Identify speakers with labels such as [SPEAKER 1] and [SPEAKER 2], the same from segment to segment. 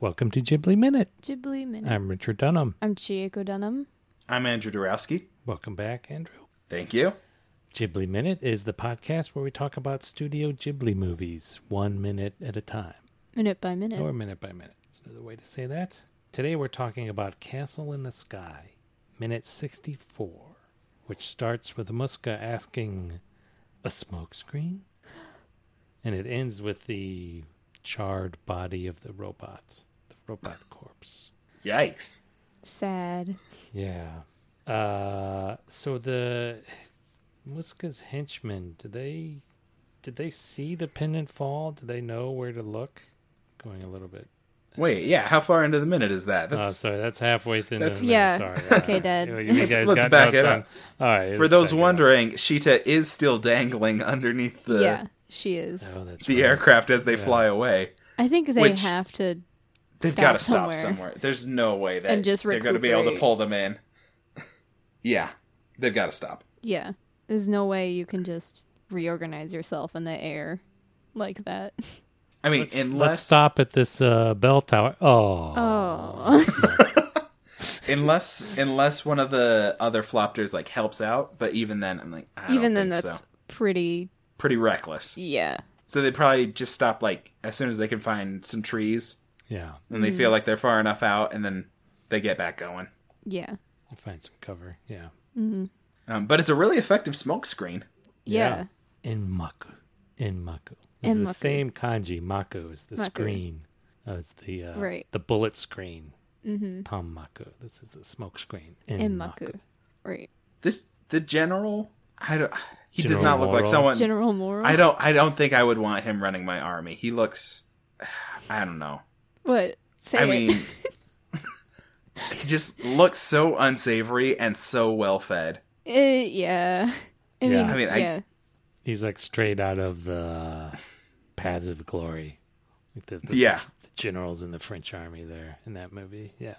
[SPEAKER 1] Welcome to Ghibli Minute.
[SPEAKER 2] Ghibli Minute.
[SPEAKER 1] I'm Richard Dunham.
[SPEAKER 2] I'm Chieko Dunham.
[SPEAKER 3] I'm Andrew Dorowski.
[SPEAKER 1] Welcome back, Andrew.
[SPEAKER 3] Thank you.
[SPEAKER 1] Ghibli Minute is the podcast where we talk about Studio Ghibli movies one minute at a time,
[SPEAKER 2] Minute by minute.
[SPEAKER 1] or minute by minute. It's another way to say that. Today we're talking about Castle in the Sky, minute 64, which starts with Muska asking, A smokescreen? And it ends with the charred body of the robot, the robot corpse.
[SPEAKER 3] Yikes.
[SPEAKER 2] Sad.
[SPEAKER 1] Yeah. Uh so the Muska's henchmen, did they did they see the pendant fall? Did they know where to look? Going a little bit.
[SPEAKER 3] Wait, yeah, how far into the minute is that?
[SPEAKER 1] oh,
[SPEAKER 3] That's
[SPEAKER 1] sorry, that's halfway through.
[SPEAKER 3] that's-
[SPEAKER 1] the
[SPEAKER 2] Yeah.
[SPEAKER 1] Sorry. all
[SPEAKER 2] Okay, Dad.
[SPEAKER 1] You,
[SPEAKER 2] Let's-
[SPEAKER 1] guys
[SPEAKER 3] let's
[SPEAKER 1] got
[SPEAKER 3] back it
[SPEAKER 1] notes
[SPEAKER 3] up.
[SPEAKER 1] on- All right.
[SPEAKER 3] for
[SPEAKER 1] let's
[SPEAKER 3] those
[SPEAKER 1] back it up.
[SPEAKER 3] wondering, Sheeta is still dangling underneath the
[SPEAKER 2] yeah, she is.
[SPEAKER 1] Oh, that's
[SPEAKER 3] the
[SPEAKER 1] right.
[SPEAKER 3] aircraft as they fly away.
[SPEAKER 2] I think they
[SPEAKER 3] Which-
[SPEAKER 2] have to.
[SPEAKER 3] They've
[SPEAKER 2] Stop
[SPEAKER 3] got to stop
[SPEAKER 2] somewhere.
[SPEAKER 3] somewhere. There's no way that
[SPEAKER 2] And just
[SPEAKER 3] they're going to be able to
[SPEAKER 2] recuperate.
[SPEAKER 3] pull them in. yeah, they've got to stop.
[SPEAKER 2] Yeah. There's no way you can just reorganize yourself in the air like that.
[SPEAKER 3] I mean,
[SPEAKER 1] Let's,
[SPEAKER 3] unless
[SPEAKER 1] let's stop at this uh, bell tower. Oh.
[SPEAKER 2] Oh.
[SPEAKER 3] unless unless one of the other flopters like helps out, but even then, I'm like, I don't
[SPEAKER 2] Even then,
[SPEAKER 3] think
[SPEAKER 2] that's
[SPEAKER 3] so.
[SPEAKER 2] pretty.
[SPEAKER 3] pretty reckless.
[SPEAKER 2] Yeah.
[SPEAKER 3] So they probably just stop like as soon as they can find some trees
[SPEAKER 1] Yeah.
[SPEAKER 3] and they feel like they're far enough out, and then they get back going.
[SPEAKER 2] Yeah.
[SPEAKER 1] Find some cover. Yeah.
[SPEAKER 3] Um, but it's a really effective smoke screen.
[SPEAKER 2] Yeah.
[SPEAKER 1] Enmaku. Enmaku. It's the
[SPEAKER 2] Enmaku.
[SPEAKER 1] same kanji. Maku is the
[SPEAKER 2] Maku.
[SPEAKER 1] screen. Oh, it's the uh,
[SPEAKER 2] Right.
[SPEAKER 1] the bullet screen.
[SPEAKER 2] Mm-hmm.
[SPEAKER 1] Tammaku. This is the smoke screen.
[SPEAKER 2] And Maku. Right.
[SPEAKER 3] This the general. I don't. He does
[SPEAKER 1] General
[SPEAKER 3] not look like
[SPEAKER 1] Moro?
[SPEAKER 3] someone.
[SPEAKER 2] General Moro.
[SPEAKER 3] I don't. I don't think I would want him running my army. He looks. I don't know.
[SPEAKER 2] What? Say
[SPEAKER 3] I
[SPEAKER 2] it.
[SPEAKER 3] mean, he just looks so unsavory and so well fed.
[SPEAKER 2] Eh, yeah. I
[SPEAKER 1] Yeah.
[SPEAKER 2] mean,
[SPEAKER 3] I mean, I-
[SPEAKER 2] yeah.
[SPEAKER 1] He's like straight out of the Paths of Glory. Like the, the-
[SPEAKER 3] Yeah.
[SPEAKER 1] The generals in the French army there in that movie. Yeah.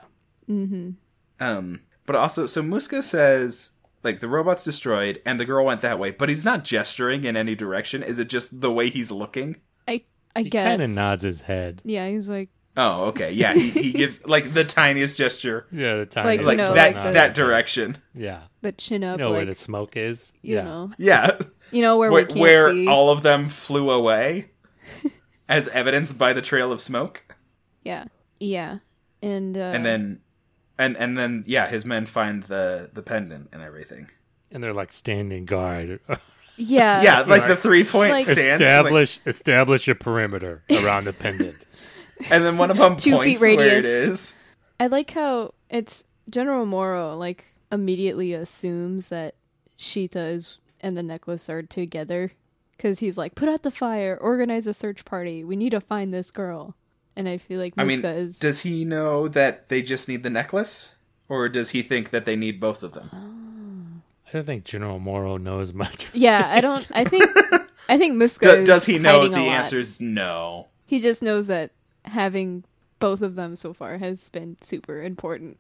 [SPEAKER 2] mm-hmm.
[SPEAKER 3] Um. But also, so Muska says like the robot's destroyed and the girl went that way, but he's not gesturing in any direction. Is it just the way he's looking?
[SPEAKER 2] I, I
[SPEAKER 1] he
[SPEAKER 2] guess.
[SPEAKER 1] kind of nods his head.
[SPEAKER 2] Yeah, he's like,
[SPEAKER 3] Oh, okay. Yeah, he, he gives like the tiniest gesture,
[SPEAKER 1] Yeah, the time.
[SPEAKER 2] Like,
[SPEAKER 1] is
[SPEAKER 3] like
[SPEAKER 2] No,
[SPEAKER 3] that
[SPEAKER 2] like the-
[SPEAKER 3] that direction.
[SPEAKER 1] Yeah.
[SPEAKER 2] the chin
[SPEAKER 1] You
[SPEAKER 2] up,
[SPEAKER 1] know where
[SPEAKER 2] like,
[SPEAKER 1] the smoke is?
[SPEAKER 2] you
[SPEAKER 1] yeah.
[SPEAKER 2] know,
[SPEAKER 3] Yeah,
[SPEAKER 2] you know where,
[SPEAKER 3] where,
[SPEAKER 2] we can't
[SPEAKER 3] where
[SPEAKER 2] see.
[SPEAKER 3] all of them flew away, as evidenced by the trail of smoke,
[SPEAKER 2] yeah, yeah, and uh,
[SPEAKER 3] and then, and and then yeah, his men find the the pendant and everything.
[SPEAKER 1] And they're like standing guard.
[SPEAKER 2] yeah,
[SPEAKER 3] yeah, like
[SPEAKER 1] like-
[SPEAKER 3] the three point
[SPEAKER 2] Uh, Like-
[SPEAKER 3] stance, like-
[SPEAKER 1] establish establish a perimeter around the pendant.
[SPEAKER 3] and then one of them
[SPEAKER 2] Two feet
[SPEAKER 3] points where it
[SPEAKER 2] radius.
[SPEAKER 3] is.
[SPEAKER 2] I like how it's General Moro like immediately assumes that Sheeta is and the necklace are together because he's like, put out the fire, organize a search party, we need to find this girl, and I feel like Muska
[SPEAKER 3] I mean,
[SPEAKER 2] is
[SPEAKER 3] does he know that they just need the necklace, or does he think that they need both of them?
[SPEAKER 1] I
[SPEAKER 2] Uh,
[SPEAKER 1] don't think General Morrow knows much.
[SPEAKER 2] yeah, I don't, I think, I think Muska
[SPEAKER 3] Do-
[SPEAKER 2] is
[SPEAKER 3] does he know
[SPEAKER 2] hiding
[SPEAKER 3] the
[SPEAKER 2] a lot.
[SPEAKER 3] answer is no?
[SPEAKER 2] He just knows that having both of them so far has been super important.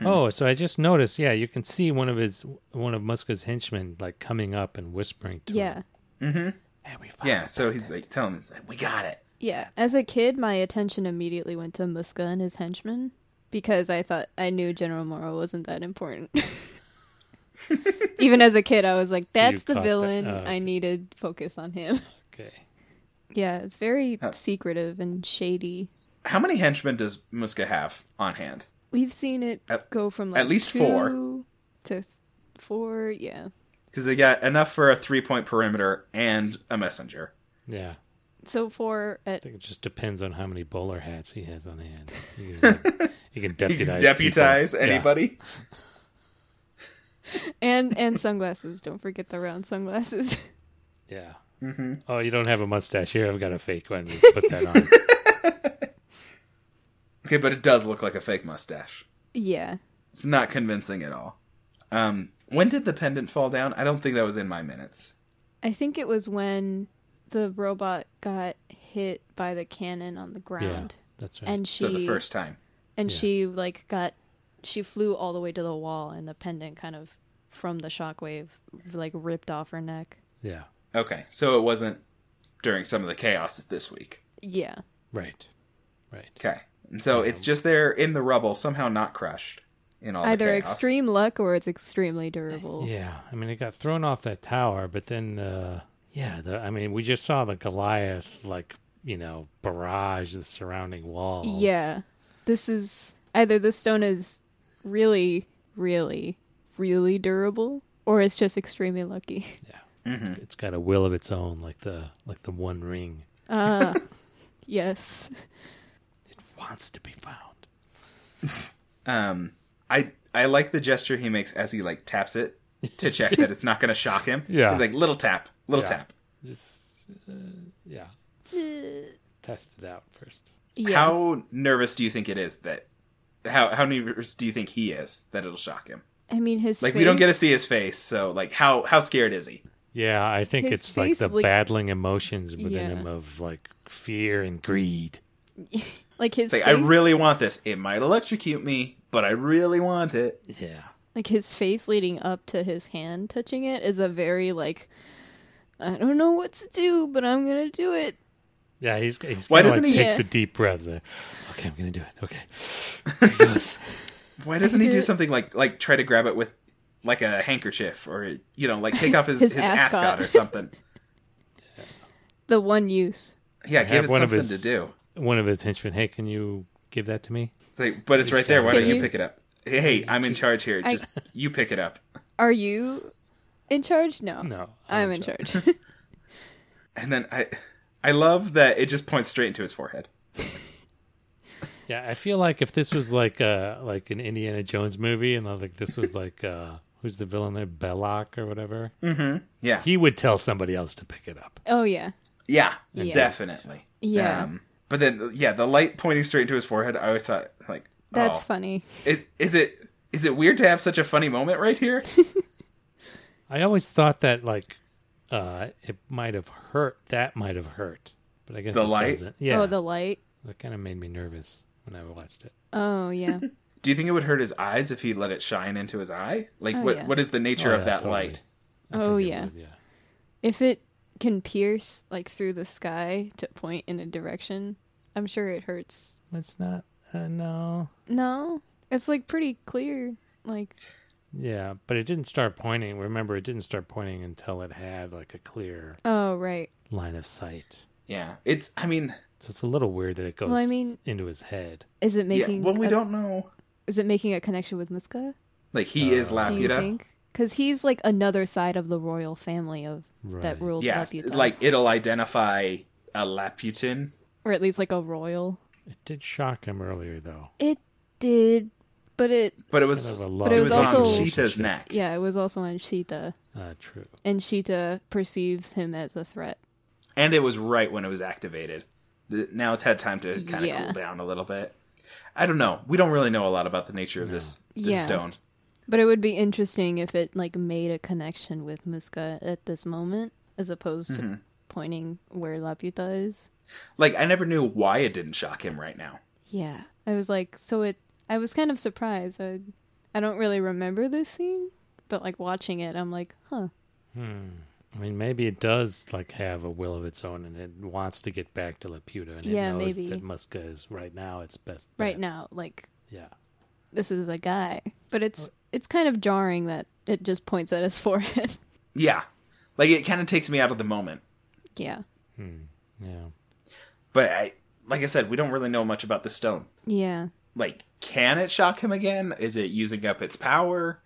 [SPEAKER 1] Oh, so I just noticed. Yeah, you can see one of his one of Muska's henchmen like coming up and whispering to him.
[SPEAKER 2] Yeah.
[SPEAKER 1] Yeah, and we found
[SPEAKER 3] Yeah, so he's like telling him, he's like, "We got it."
[SPEAKER 2] Yeah. As a kid, my attention immediately went to Muska and his henchmen because I thought I knew General Moro wasn't that important. Even as a kid, I was like, that's
[SPEAKER 1] caught
[SPEAKER 2] the
[SPEAKER 1] that-
[SPEAKER 2] villain.
[SPEAKER 1] oh, okay.
[SPEAKER 2] I needed focus on him.
[SPEAKER 1] Okay.
[SPEAKER 2] yeah, it's very
[SPEAKER 3] Huh.
[SPEAKER 2] secretive and shady.
[SPEAKER 3] How many henchmen does Muska have on hand?
[SPEAKER 2] We've seen it
[SPEAKER 3] At-
[SPEAKER 2] go from like
[SPEAKER 3] least
[SPEAKER 2] two
[SPEAKER 3] four.
[SPEAKER 2] to th- four. Yeah.
[SPEAKER 3] Because they got enough for a three point perimeter and a messenger.
[SPEAKER 1] Yeah, I
[SPEAKER 2] So four at
[SPEAKER 1] think it just depends on how many bowler hats he has on hand. You can, like, you can
[SPEAKER 3] He
[SPEAKER 1] deputize.
[SPEAKER 3] can
[SPEAKER 1] people.
[SPEAKER 3] deputize
[SPEAKER 1] Yeah.
[SPEAKER 3] anybody.
[SPEAKER 2] and and sunglasses. Don't forget the round sunglasses.
[SPEAKER 1] Yeah.
[SPEAKER 3] hmm
[SPEAKER 1] Oh, you don't have a mustache here. I've got a fake one. Just put that on.
[SPEAKER 3] Okay, but it does look like a fake mustache.
[SPEAKER 2] yeah.
[SPEAKER 3] It's not convincing at all. Um, when did the pendant fall down? I don't think that was in my minutes.
[SPEAKER 2] I think it was when the robot got hit by the cannon on the
[SPEAKER 1] yeah,
[SPEAKER 2] ground,
[SPEAKER 1] that's right.
[SPEAKER 2] and she
[SPEAKER 3] So the first time.
[SPEAKER 2] and
[SPEAKER 1] yeah.
[SPEAKER 2] she like got she flew all the way to the wall, and the pendant kind of from the shockwave like ripped off her neck.
[SPEAKER 1] yeah.
[SPEAKER 3] Okay, so it wasn't during some of the chaos this week.
[SPEAKER 2] Yeah,
[SPEAKER 1] Right. Right.
[SPEAKER 3] Okay, And so it's just there in the rubble, somehow not crushed in all the
[SPEAKER 2] Either
[SPEAKER 3] chaos.
[SPEAKER 2] extreme luck or it's extremely durable.
[SPEAKER 1] Yeah, I mean, it got thrown off that tower, but then, uh, yeah, the, I mean, we just saw the Goliath, like, you know, barrage the surrounding walls.
[SPEAKER 2] Yeah. This is either the stone is really, really, really durable, or it's just extremely lucky.
[SPEAKER 3] Mm-hmm.
[SPEAKER 1] It's- it's got a will of its own, like the like the One Ring.
[SPEAKER 2] Uh, yes.
[SPEAKER 1] It wants to be found.
[SPEAKER 3] Um, I I like the gesture he makes as he like taps it to check that it's not going to shock him.
[SPEAKER 1] Yeah.
[SPEAKER 3] he's like little tap, little
[SPEAKER 1] Yeah.
[SPEAKER 3] tap.
[SPEAKER 1] Just, uh, yeah,
[SPEAKER 2] Yeah.
[SPEAKER 1] test it out first.
[SPEAKER 3] How nervous do you think it is that? How how nervous do you think he is that it'll shock him?
[SPEAKER 2] I mean, his
[SPEAKER 3] Like
[SPEAKER 2] face,
[SPEAKER 3] we don't get to see his face, so like how how scared is he?
[SPEAKER 1] Yeah, I think
[SPEAKER 2] His
[SPEAKER 1] it's like
[SPEAKER 2] face,
[SPEAKER 1] the
[SPEAKER 2] like-
[SPEAKER 1] battling emotions within
[SPEAKER 2] Yeah.
[SPEAKER 1] him of like fear and greed.
[SPEAKER 2] like his
[SPEAKER 3] It's like I
[SPEAKER 2] face,
[SPEAKER 3] really want this. It might electrocute me, but I really want it.
[SPEAKER 1] Yeah,
[SPEAKER 2] like his face leading up to his hand touching it is a very like I don't know what to do, but I'm gonna do it.
[SPEAKER 1] yeah. He's, he's
[SPEAKER 3] Why
[SPEAKER 1] kinda, like,
[SPEAKER 3] doesn't he-
[SPEAKER 1] takes
[SPEAKER 2] Yeah.
[SPEAKER 1] a deep breath? he's like, okay, I'm gonna do it. Okay, There he goes.
[SPEAKER 3] Why doesn't he
[SPEAKER 2] did
[SPEAKER 3] do
[SPEAKER 2] it.
[SPEAKER 3] something like like try to grab it with like a handkerchief or you know like take off his
[SPEAKER 2] His
[SPEAKER 3] his ascot.
[SPEAKER 2] ascot.
[SPEAKER 3] or something?
[SPEAKER 2] The one use.
[SPEAKER 3] Yeah,
[SPEAKER 1] have
[SPEAKER 3] give it
[SPEAKER 1] one of
[SPEAKER 3] something
[SPEAKER 1] his-
[SPEAKER 3] to do.
[SPEAKER 1] one of his henchmen, hey, can you give that to me?
[SPEAKER 3] It's like, but it's right there. Why
[SPEAKER 2] Can
[SPEAKER 3] don't you
[SPEAKER 2] you-
[SPEAKER 3] pick it up? Hey, I'm in charge here.
[SPEAKER 2] I-
[SPEAKER 3] Just you pick it up.
[SPEAKER 2] Are you in charge? No.
[SPEAKER 1] No,
[SPEAKER 2] I'm in charge. charge.
[SPEAKER 3] And then I, I love that it just points straight into his forehead.
[SPEAKER 1] Yeah, I feel like if this was like uh like an Indiana Jones movie, and like this was like uh who's the villain there, Belloc or whatever,
[SPEAKER 3] Mm-hmm. Yeah,
[SPEAKER 1] he would tell somebody else to pick it up.
[SPEAKER 2] oh yeah.
[SPEAKER 3] yeah,
[SPEAKER 2] Yeah.
[SPEAKER 3] definitely. Um,
[SPEAKER 2] Yeah.
[SPEAKER 3] but then, yeah, the light pointing straight into his forehead. I always thought, like,
[SPEAKER 2] That's
[SPEAKER 3] oh,
[SPEAKER 2] funny.
[SPEAKER 3] Is, is it is it weird to have such a funny moment right here?
[SPEAKER 1] I always thought that like uh it might have hurt. That might have hurt, but I guess
[SPEAKER 3] The
[SPEAKER 1] it
[SPEAKER 3] light?
[SPEAKER 1] doesn't. Yeah,
[SPEAKER 2] Oh, the light.
[SPEAKER 1] that kind of made me nervous when I watched it.
[SPEAKER 2] Oh yeah.
[SPEAKER 3] Do you think it would hurt his eyes if he let it shine into his eye? Like,
[SPEAKER 2] Oh,
[SPEAKER 3] what
[SPEAKER 2] yeah.
[SPEAKER 3] what is the nature
[SPEAKER 1] Oh,
[SPEAKER 3] of
[SPEAKER 1] yeah,
[SPEAKER 3] that
[SPEAKER 1] totally.
[SPEAKER 3] light?
[SPEAKER 1] I think
[SPEAKER 2] Oh,
[SPEAKER 1] it
[SPEAKER 2] yeah.
[SPEAKER 1] would, yeah.
[SPEAKER 2] if it can pierce like through the sky to point in a direction, I'm sure it hurts.
[SPEAKER 1] It's not. Uh, no.
[SPEAKER 2] No, it's like pretty clear. Like
[SPEAKER 1] Yeah, but it didn't start pointing. Remember, it didn't start pointing until it had like a clear
[SPEAKER 2] oh right.
[SPEAKER 1] line of sight.
[SPEAKER 3] Yeah, it's. I mean,
[SPEAKER 1] So it's a little weird that it goes
[SPEAKER 2] Well, I mean-
[SPEAKER 1] into his head.
[SPEAKER 2] Is it
[SPEAKER 3] yeah.
[SPEAKER 2] making?
[SPEAKER 3] Well, we
[SPEAKER 2] a-
[SPEAKER 3] don't know.
[SPEAKER 2] Is it making a connection with Muska?
[SPEAKER 3] Like, he is
[SPEAKER 1] Uh,
[SPEAKER 2] Do you
[SPEAKER 3] Laputa.
[SPEAKER 2] think? Because he's like another side of the royal family of
[SPEAKER 1] Right.
[SPEAKER 2] that ruled
[SPEAKER 3] Yeah,
[SPEAKER 2] Laputa,
[SPEAKER 3] like it'll identify a Laputin.
[SPEAKER 2] or at least like a royal.
[SPEAKER 1] It did shock him earlier, though.
[SPEAKER 2] It did, but it
[SPEAKER 3] But it
[SPEAKER 1] Kind
[SPEAKER 3] was
[SPEAKER 1] of a
[SPEAKER 2] But it
[SPEAKER 1] love
[SPEAKER 2] was
[SPEAKER 3] on
[SPEAKER 2] also-
[SPEAKER 3] Cheetah's neck.
[SPEAKER 2] yeah, it was also on Sheeta,
[SPEAKER 1] Ah, true.
[SPEAKER 2] and Sheeta perceives him as a threat.
[SPEAKER 3] And it was right when it was activated. Th- Now it's had time to kind of
[SPEAKER 2] Yeah.
[SPEAKER 3] cool down a little bit. I don't know. We don't really know a lot about the nature of this, this
[SPEAKER 2] Yeah.
[SPEAKER 3] stone.
[SPEAKER 2] But it would be interesting if it like made a connection with Muska at this moment, as opposed
[SPEAKER 3] Mm-hmm.
[SPEAKER 2] to pointing where Laputa is.
[SPEAKER 3] Like I never knew why it didn't shock him right now.
[SPEAKER 2] Yeah, I was like, so it. I was kind of surprised. I, I don't really remember this scene, but like watching it, I'm like, huh.
[SPEAKER 1] I mean, maybe it does like have a will of its own, and it wants to get back to Laputa, and
[SPEAKER 2] Yeah,
[SPEAKER 1] it knows
[SPEAKER 2] maybe.
[SPEAKER 1] that Muska is right now its best.
[SPEAKER 2] Right
[SPEAKER 1] bet.
[SPEAKER 2] now, like
[SPEAKER 1] yeah.
[SPEAKER 2] this is a guy, but it's it's kind of jarring that it just points at his forehead.
[SPEAKER 3] Yeah. Like it kind of takes me out of the moment.
[SPEAKER 2] yeah,
[SPEAKER 1] Yeah.
[SPEAKER 3] But I like I said, we don't really know much about the stone.
[SPEAKER 2] yeah.
[SPEAKER 3] Like can it shock him again? Is it using up its power?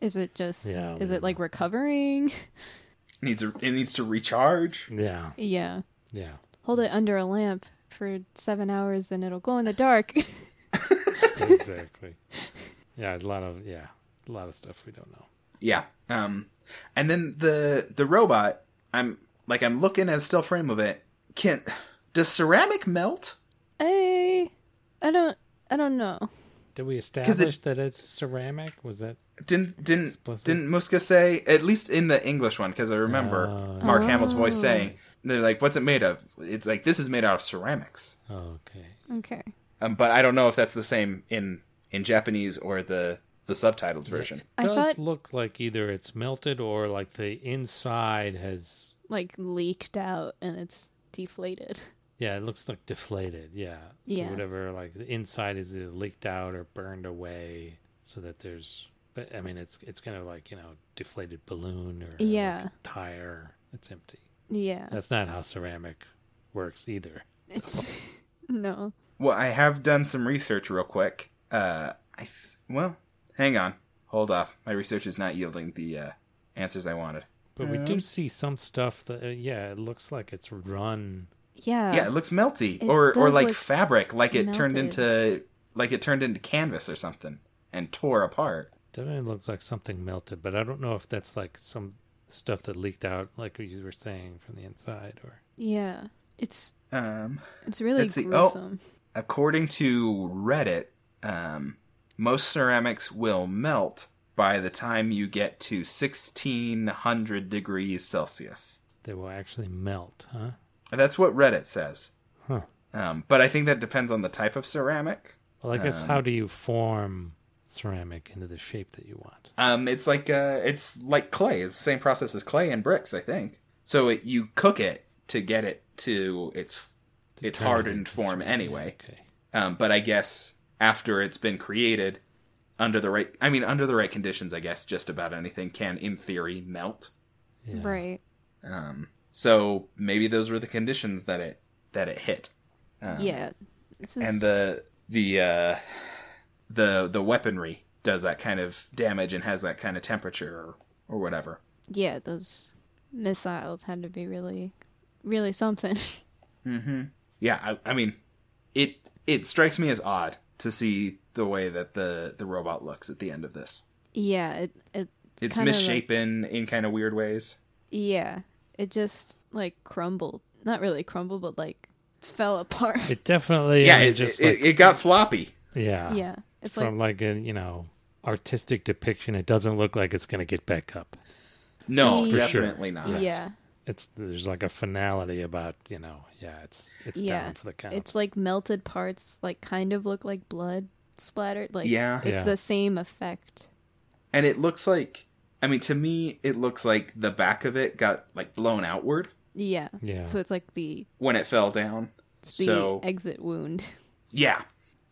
[SPEAKER 2] Is it just?
[SPEAKER 1] Yeah,
[SPEAKER 2] is
[SPEAKER 1] we
[SPEAKER 2] it like recovering?
[SPEAKER 3] Needs a, it needs to recharge?
[SPEAKER 1] Yeah.
[SPEAKER 2] yeah.
[SPEAKER 1] Yeah.
[SPEAKER 2] Hold it under a lamp for seven hours, then it'll glow in the dark.
[SPEAKER 1] exactly. Yeah. A lot of yeah. A lot of stuff we don't know.
[SPEAKER 3] Yeah. Um and then the the robot, I'm like I'm looking at a still frame of it. Can does ceramic melt?
[SPEAKER 2] I, I don't, I don't know.
[SPEAKER 1] Did we establish that it's ceramic? Was that
[SPEAKER 3] Didn't didn't
[SPEAKER 1] Explicit.
[SPEAKER 3] didn't Muska say at least in the English one because I remember
[SPEAKER 1] Oh,
[SPEAKER 3] Mark Hamill's voice
[SPEAKER 2] Oh.
[SPEAKER 3] saying they're like what's it made of? It's like this is made out of ceramics.
[SPEAKER 1] oh, okay?
[SPEAKER 2] Okay,
[SPEAKER 3] Um, but I don't know if that's the same in in Japanese or the the subtitled version.
[SPEAKER 2] I
[SPEAKER 1] does
[SPEAKER 2] thought-
[SPEAKER 1] look like either it's melted or like the inside has
[SPEAKER 2] like leaked out and it's deflated.
[SPEAKER 1] Yeah, it looks like deflated. Yeah. So
[SPEAKER 2] Yeah.
[SPEAKER 1] whatever, like the inside is either leaked out or burned away, so that there's. But I mean, it's it's kind of like you know deflated balloon or like,
[SPEAKER 2] Yeah. Uh,
[SPEAKER 1] tire that's empty.
[SPEAKER 2] Yeah.
[SPEAKER 3] Uh,
[SPEAKER 1] That's not how ceramic works either.
[SPEAKER 2] It's- no.
[SPEAKER 3] Well, I have done some research real quick. Uh, I th- well, hang on, hold off. My research is not yielding the uh, answers I wanted.
[SPEAKER 1] But we do see some stuff that uh, yeah, it looks like it's run.
[SPEAKER 2] Yeah.
[SPEAKER 3] yeah, it looks melty,
[SPEAKER 2] Uh, it
[SPEAKER 3] or or
[SPEAKER 2] does
[SPEAKER 3] like
[SPEAKER 2] look
[SPEAKER 3] fabric, like it turned
[SPEAKER 2] melted.
[SPEAKER 3] into like it turned into canvas or something and tore apart.
[SPEAKER 1] Definitely looks like something melted, but I don't know if that's like some stuff that leaked out, like you were saying from the inside, or
[SPEAKER 2] Yeah. It's
[SPEAKER 3] Um,
[SPEAKER 2] it's really
[SPEAKER 3] Let's see. Oh.
[SPEAKER 2] gruesome.
[SPEAKER 3] according to Reddit, um, most ceramics will melt by the time you get to sixteen hundred degrees Celsius.
[SPEAKER 1] they will actually melt, huh?
[SPEAKER 3] That's what Reddit says.
[SPEAKER 1] Huh.
[SPEAKER 3] Um, but I think that depends on the type of ceramic.
[SPEAKER 1] Well, I guess
[SPEAKER 3] Um,
[SPEAKER 1] how do you form ceramic into the shape that you want?
[SPEAKER 3] Um, it's like uh, it's like clay. It's the same process as clay and bricks, I think. So it, you cook it to get it to its
[SPEAKER 1] To
[SPEAKER 3] It's
[SPEAKER 1] turn it
[SPEAKER 3] hardened
[SPEAKER 1] into
[SPEAKER 3] form
[SPEAKER 1] ceramic.
[SPEAKER 3] anyway.
[SPEAKER 1] Okay.
[SPEAKER 3] Um, but I guess after it's been created, under the right, I mean, under the right conditions, I guess just about anything can, in theory, melt.
[SPEAKER 1] Yeah.
[SPEAKER 2] Right.
[SPEAKER 3] Um, so maybe those were the conditions that it that it hit. Um,
[SPEAKER 2] yeah. This is
[SPEAKER 3] and the the uh, the the weaponry does that kind of damage and has that kind of temperature or, or whatever.
[SPEAKER 2] yeah, those missiles had to be really really something.
[SPEAKER 3] Yeah, I, I mean, it it strikes me as odd to see the way that the the robot looks at the end of this.
[SPEAKER 2] yeah, it it
[SPEAKER 3] It's
[SPEAKER 2] kinda like-
[SPEAKER 3] misshapen in kind of weird ways.
[SPEAKER 2] yeah. It just like crumbled. Not really crumbled, but like fell apart.
[SPEAKER 1] It definitely.
[SPEAKER 3] yeah,
[SPEAKER 1] I mean,
[SPEAKER 3] it,
[SPEAKER 1] just
[SPEAKER 3] it,
[SPEAKER 1] like,
[SPEAKER 3] it got floppy.
[SPEAKER 1] yeah.
[SPEAKER 2] yeah. It's like
[SPEAKER 1] From like a you know artistic depiction, it doesn't look like it's going to get back up.
[SPEAKER 3] No,
[SPEAKER 2] For sure.
[SPEAKER 3] definitely not.
[SPEAKER 2] yeah.
[SPEAKER 1] It's there's like a finality about you know yeah it's it's
[SPEAKER 2] Yeah.
[SPEAKER 1] down for the count.
[SPEAKER 2] It's like melted parts, like kind of look like blood splattered. Like
[SPEAKER 3] Yeah.
[SPEAKER 2] it's
[SPEAKER 1] Yeah.
[SPEAKER 2] the same effect.
[SPEAKER 3] and it looks like. I mean, to me, it looks like the back of it got like blown outward
[SPEAKER 2] Yeah.
[SPEAKER 1] yeah.
[SPEAKER 2] So it's like the
[SPEAKER 3] when it fell down.
[SPEAKER 2] it's the
[SPEAKER 3] So-
[SPEAKER 2] exit wound.
[SPEAKER 3] Yeah.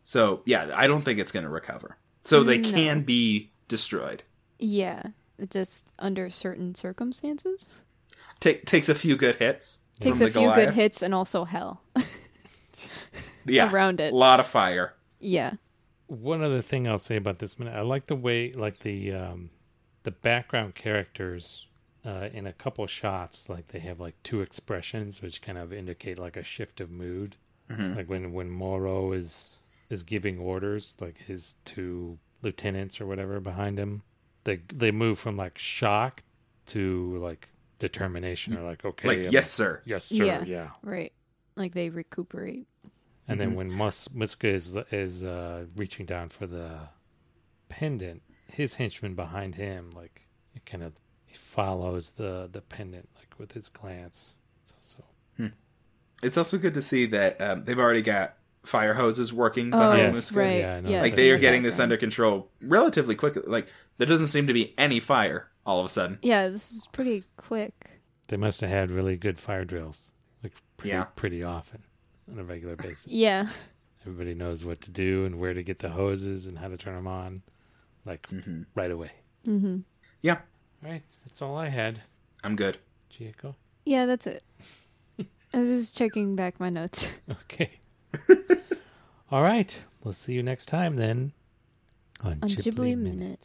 [SPEAKER 3] So yeah, I don't think it's going to recover. So they
[SPEAKER 2] Mm, No.
[SPEAKER 3] can be destroyed.
[SPEAKER 2] Yeah. It just under certain circumstances
[SPEAKER 3] Take takes a few good hits.
[SPEAKER 2] takes
[SPEAKER 3] from
[SPEAKER 2] a
[SPEAKER 3] the
[SPEAKER 2] few good
[SPEAKER 3] Goliath.
[SPEAKER 2] hits and also hell.
[SPEAKER 3] Yeah,
[SPEAKER 2] around it.
[SPEAKER 3] A lot of fire.
[SPEAKER 2] yeah.
[SPEAKER 1] one other thing I'll say about this minute, I like the way like the um the background characters uh in a couple shots like they have like two expressions which kind of indicate like a shift of mood.
[SPEAKER 3] Mm-hmm.
[SPEAKER 1] Like when when Moro is is giving orders, like his two lieutenants or whatever behind him, they they move from like shock to like determination or like okay,
[SPEAKER 3] Like
[SPEAKER 1] I'm-
[SPEAKER 3] yes, sir.
[SPEAKER 1] yes sir,
[SPEAKER 2] Yeah.
[SPEAKER 1] yeah.
[SPEAKER 2] Right. Like they recuperate.
[SPEAKER 1] And then when Mus- Muska is is uh, reaching down for the pendant, his henchman behind him, like it kind of he follows the the pendant like with his glance. So, so
[SPEAKER 3] It's also good to see that um, they've already got fire hoses working
[SPEAKER 2] Oh,
[SPEAKER 3] behind
[SPEAKER 1] Yes,
[SPEAKER 3] Muska.
[SPEAKER 1] Yeah,
[SPEAKER 2] right.
[SPEAKER 1] I
[SPEAKER 2] Yeah,
[SPEAKER 1] know.
[SPEAKER 3] Like
[SPEAKER 1] Yes,
[SPEAKER 3] they
[SPEAKER 1] in
[SPEAKER 3] are
[SPEAKER 1] the
[SPEAKER 3] getting this
[SPEAKER 2] background.
[SPEAKER 3] under control relatively quickly. Like there doesn't seem to be any fire all of a sudden.
[SPEAKER 2] Yeah, this is pretty quick.
[SPEAKER 1] they must have had really good fire drills, like pretty
[SPEAKER 3] Yeah.
[SPEAKER 1] pretty often on a regular basis.
[SPEAKER 2] Yeah.
[SPEAKER 1] Everybody knows what to do and where to get the hoses and how to turn them on, like right away.
[SPEAKER 2] hmm
[SPEAKER 3] Yeah,
[SPEAKER 1] All right, that's all I had,
[SPEAKER 3] I'm good.
[SPEAKER 1] Chieko.
[SPEAKER 2] Yeah, that's it. I was just checking back my notes.
[SPEAKER 1] Okay. All right. We'll see you next time then on,
[SPEAKER 2] On
[SPEAKER 1] Ghibli
[SPEAKER 2] Ghibli
[SPEAKER 1] Minute.
[SPEAKER 2] Minute.